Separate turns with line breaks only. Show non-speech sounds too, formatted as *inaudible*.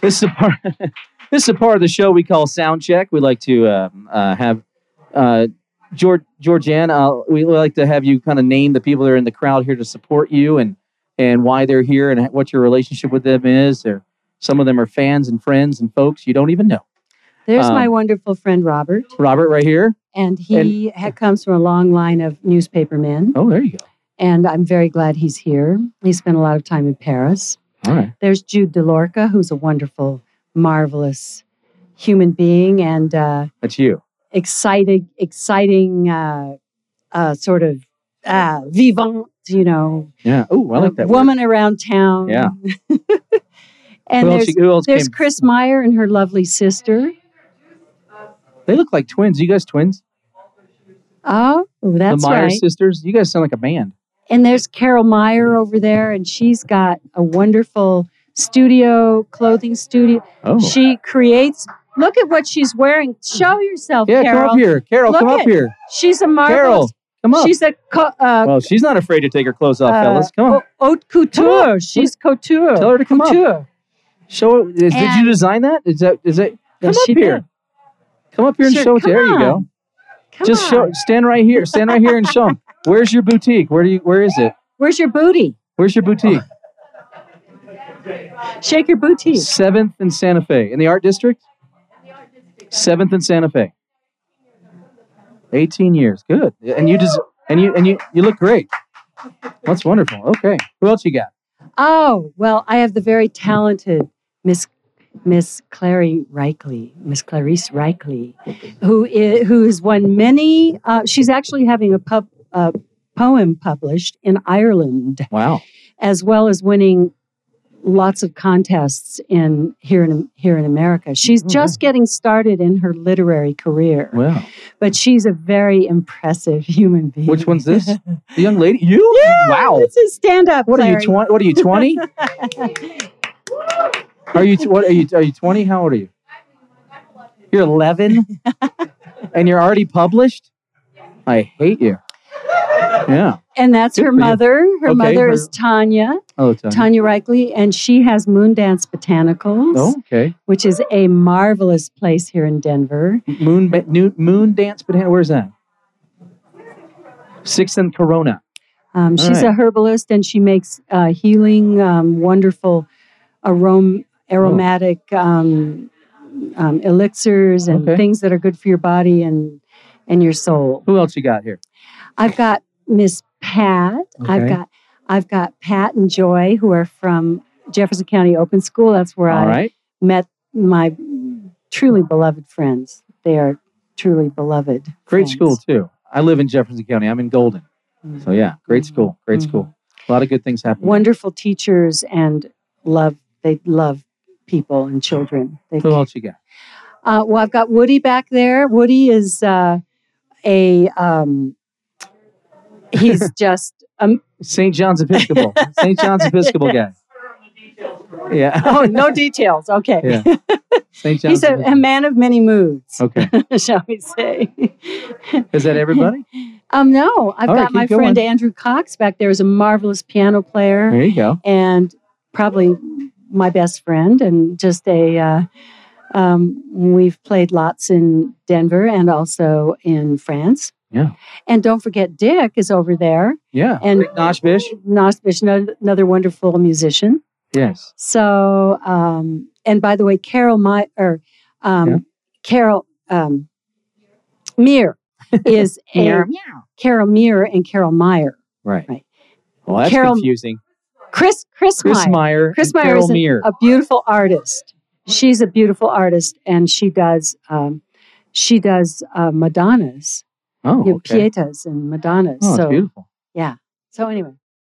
this is the part. *laughs* this is the part of the show we call sound check. We like to um, uh, have uh, George Georgianne. Uh, we like to have you kind of name the people that are in the crowd here to support you and and why they're here and what your relationship with them is. Or some of them are fans and friends and folks you don't even know.
There's my
Um,
wonderful friend Robert,
Robert, right here.
and he ha- comes from a long line of newspaper men,
Oh, there you go.
and I'm very glad he's here. He spent a lot of time in Paris.
All right.
There's Jude DeLorca, who's a wonderful, marvelous human being and uh,
That's you.
exciting, exciting uh, uh, sort of uh, vivant, you know,
Yeah. Oh, I
a
like that. word.
woman around town.
Yeah.
*laughs* and
who
there's
else, who else
there's
came?
Chris Meyer and her lovely sister.
They look like twins. You guys twins?
Oh, that's
the Meyer
right.
sisters. You guys sound like a band.
And there's Carol Meyer over there, and she's got a wonderful studio, clothing studio.
Oh.
She creates. Look at what she's wearing. Show yourself,
yeah,
Carol.
come up here. Carol,
Look
come up
at-
here.
She's a
Carol,
marvelous.
come up.
She's a co- uh,
well, Oh, she's not afraid to take her clothes off,
uh,
fellas. Come on.
o- haute couture. She's couture.
Tell her to come up.
couture.
Show it. Is, did you
And-
design that? Is that is it? Come
Yes,
up
she
here.
did.
Come up here and
Sure,
show it.
come
There you go.
on. Come
Just
on.
show. Stand right here. Stand right here and show *laughs* them. Where's your boutique? Where do you? Where is it?
Where's your booty?
Where's your boutique?
Shake your booty.
Seventh and Santa Fe in the art district. Seventh and Santa Fe. Eighteen years. Good. And you just and you and you you look great. That's wonderful. Okay. Who else you got?
Oh well, I have the very talented Miss Miss Clary Reichley, Miss Clarice Reichley, who is who has won many. Uh, she's actually having a pub a poem published in Ireland,
Wow.
as well as winning lots of contests in here in here in America. She's
Oh,
just getting started in her literary career,
Wow.
but she's a very impressive human being.
Which one's *laughs* this?
*laughs*
The young lady. You? wow.
It's a stand up.
What are you? Twenty? What are you? Twenty? are you? Tw- what are you? Are you twenty? How old are you? You're eleven, and you're already published. I hate you. Yeah.
And that's
Good
her
for you.
mother. Her
Okay,
mother
her-
is Tanya,
Oh, Tony.
Tanya Reichley, and she has Moondance Botanicals,
Oh, okay.
which is a marvelous place here in Denver.
Moon, ba- new, moon dance, but where's that? Sixth and Corona.
Um, she's
right.
a herbalist and she makes uh, healing, um, wonderful arom-
Oh.
aromatic um, um, elixirs and
Okay.
things that are good for your body and, and your soul.
Who else you got here?
I've got Miss Pat. I've
Okay.
got I've got Pat and Joy who are from Jefferson County Open School. That's where
All
I
right.
met my truly beloved friends. They are truly beloved.
Great
friends.
school too. I live in Jefferson County. I'm in Golden.
Mhm.
So yeah, great
Mhm.
school. Great school. A lot of good things happen.
Wonderful teachers and love. They love people and children. They,
Who else you got?
uh, well, I've got Woody back there. Woody is uh, a um,
*laughs*
he's just um,
St. John's
*laughs*
Episcopal. St. John's Episcopal guy. Yeah.
*laughs* oh no details. Okay.
Yeah. St. John's.
*laughs* He's a, a
Episcopal.
man of many moods,
okay.
*laughs* shall we say.
Is that
*laughs*
everybody?
Um, no, I've
All right,
got my
keep going.
friend Andrew Cox back there, is a marvelous piano player.
There you go.
and probably my best friend and just a uh, um, we've played lots in denver and also in france
Yeah.
and don't forget dick is over there
Yeah.
and
Dick Noshbish.
Nosbish, ano- another wonderful musician
Yes.
so um, and by the way carol my or um,
Yeah.
carol um,
*laughs*
Meir is a, carol Meir and carol meyer
Right.
Right.
Well, that's
Carol-
confusing.
chris chris,
Chris
meyer
Meyer.
Chris
and
Meyer
Carol
is an-
Meir.
a beautiful artist. She's a beautiful artist, and she does um, she does uh, Madonnas,
oh,
you know,
okay.
Pietas, and Madonnas.
Oh, it's
so
beautiful.
so anyway,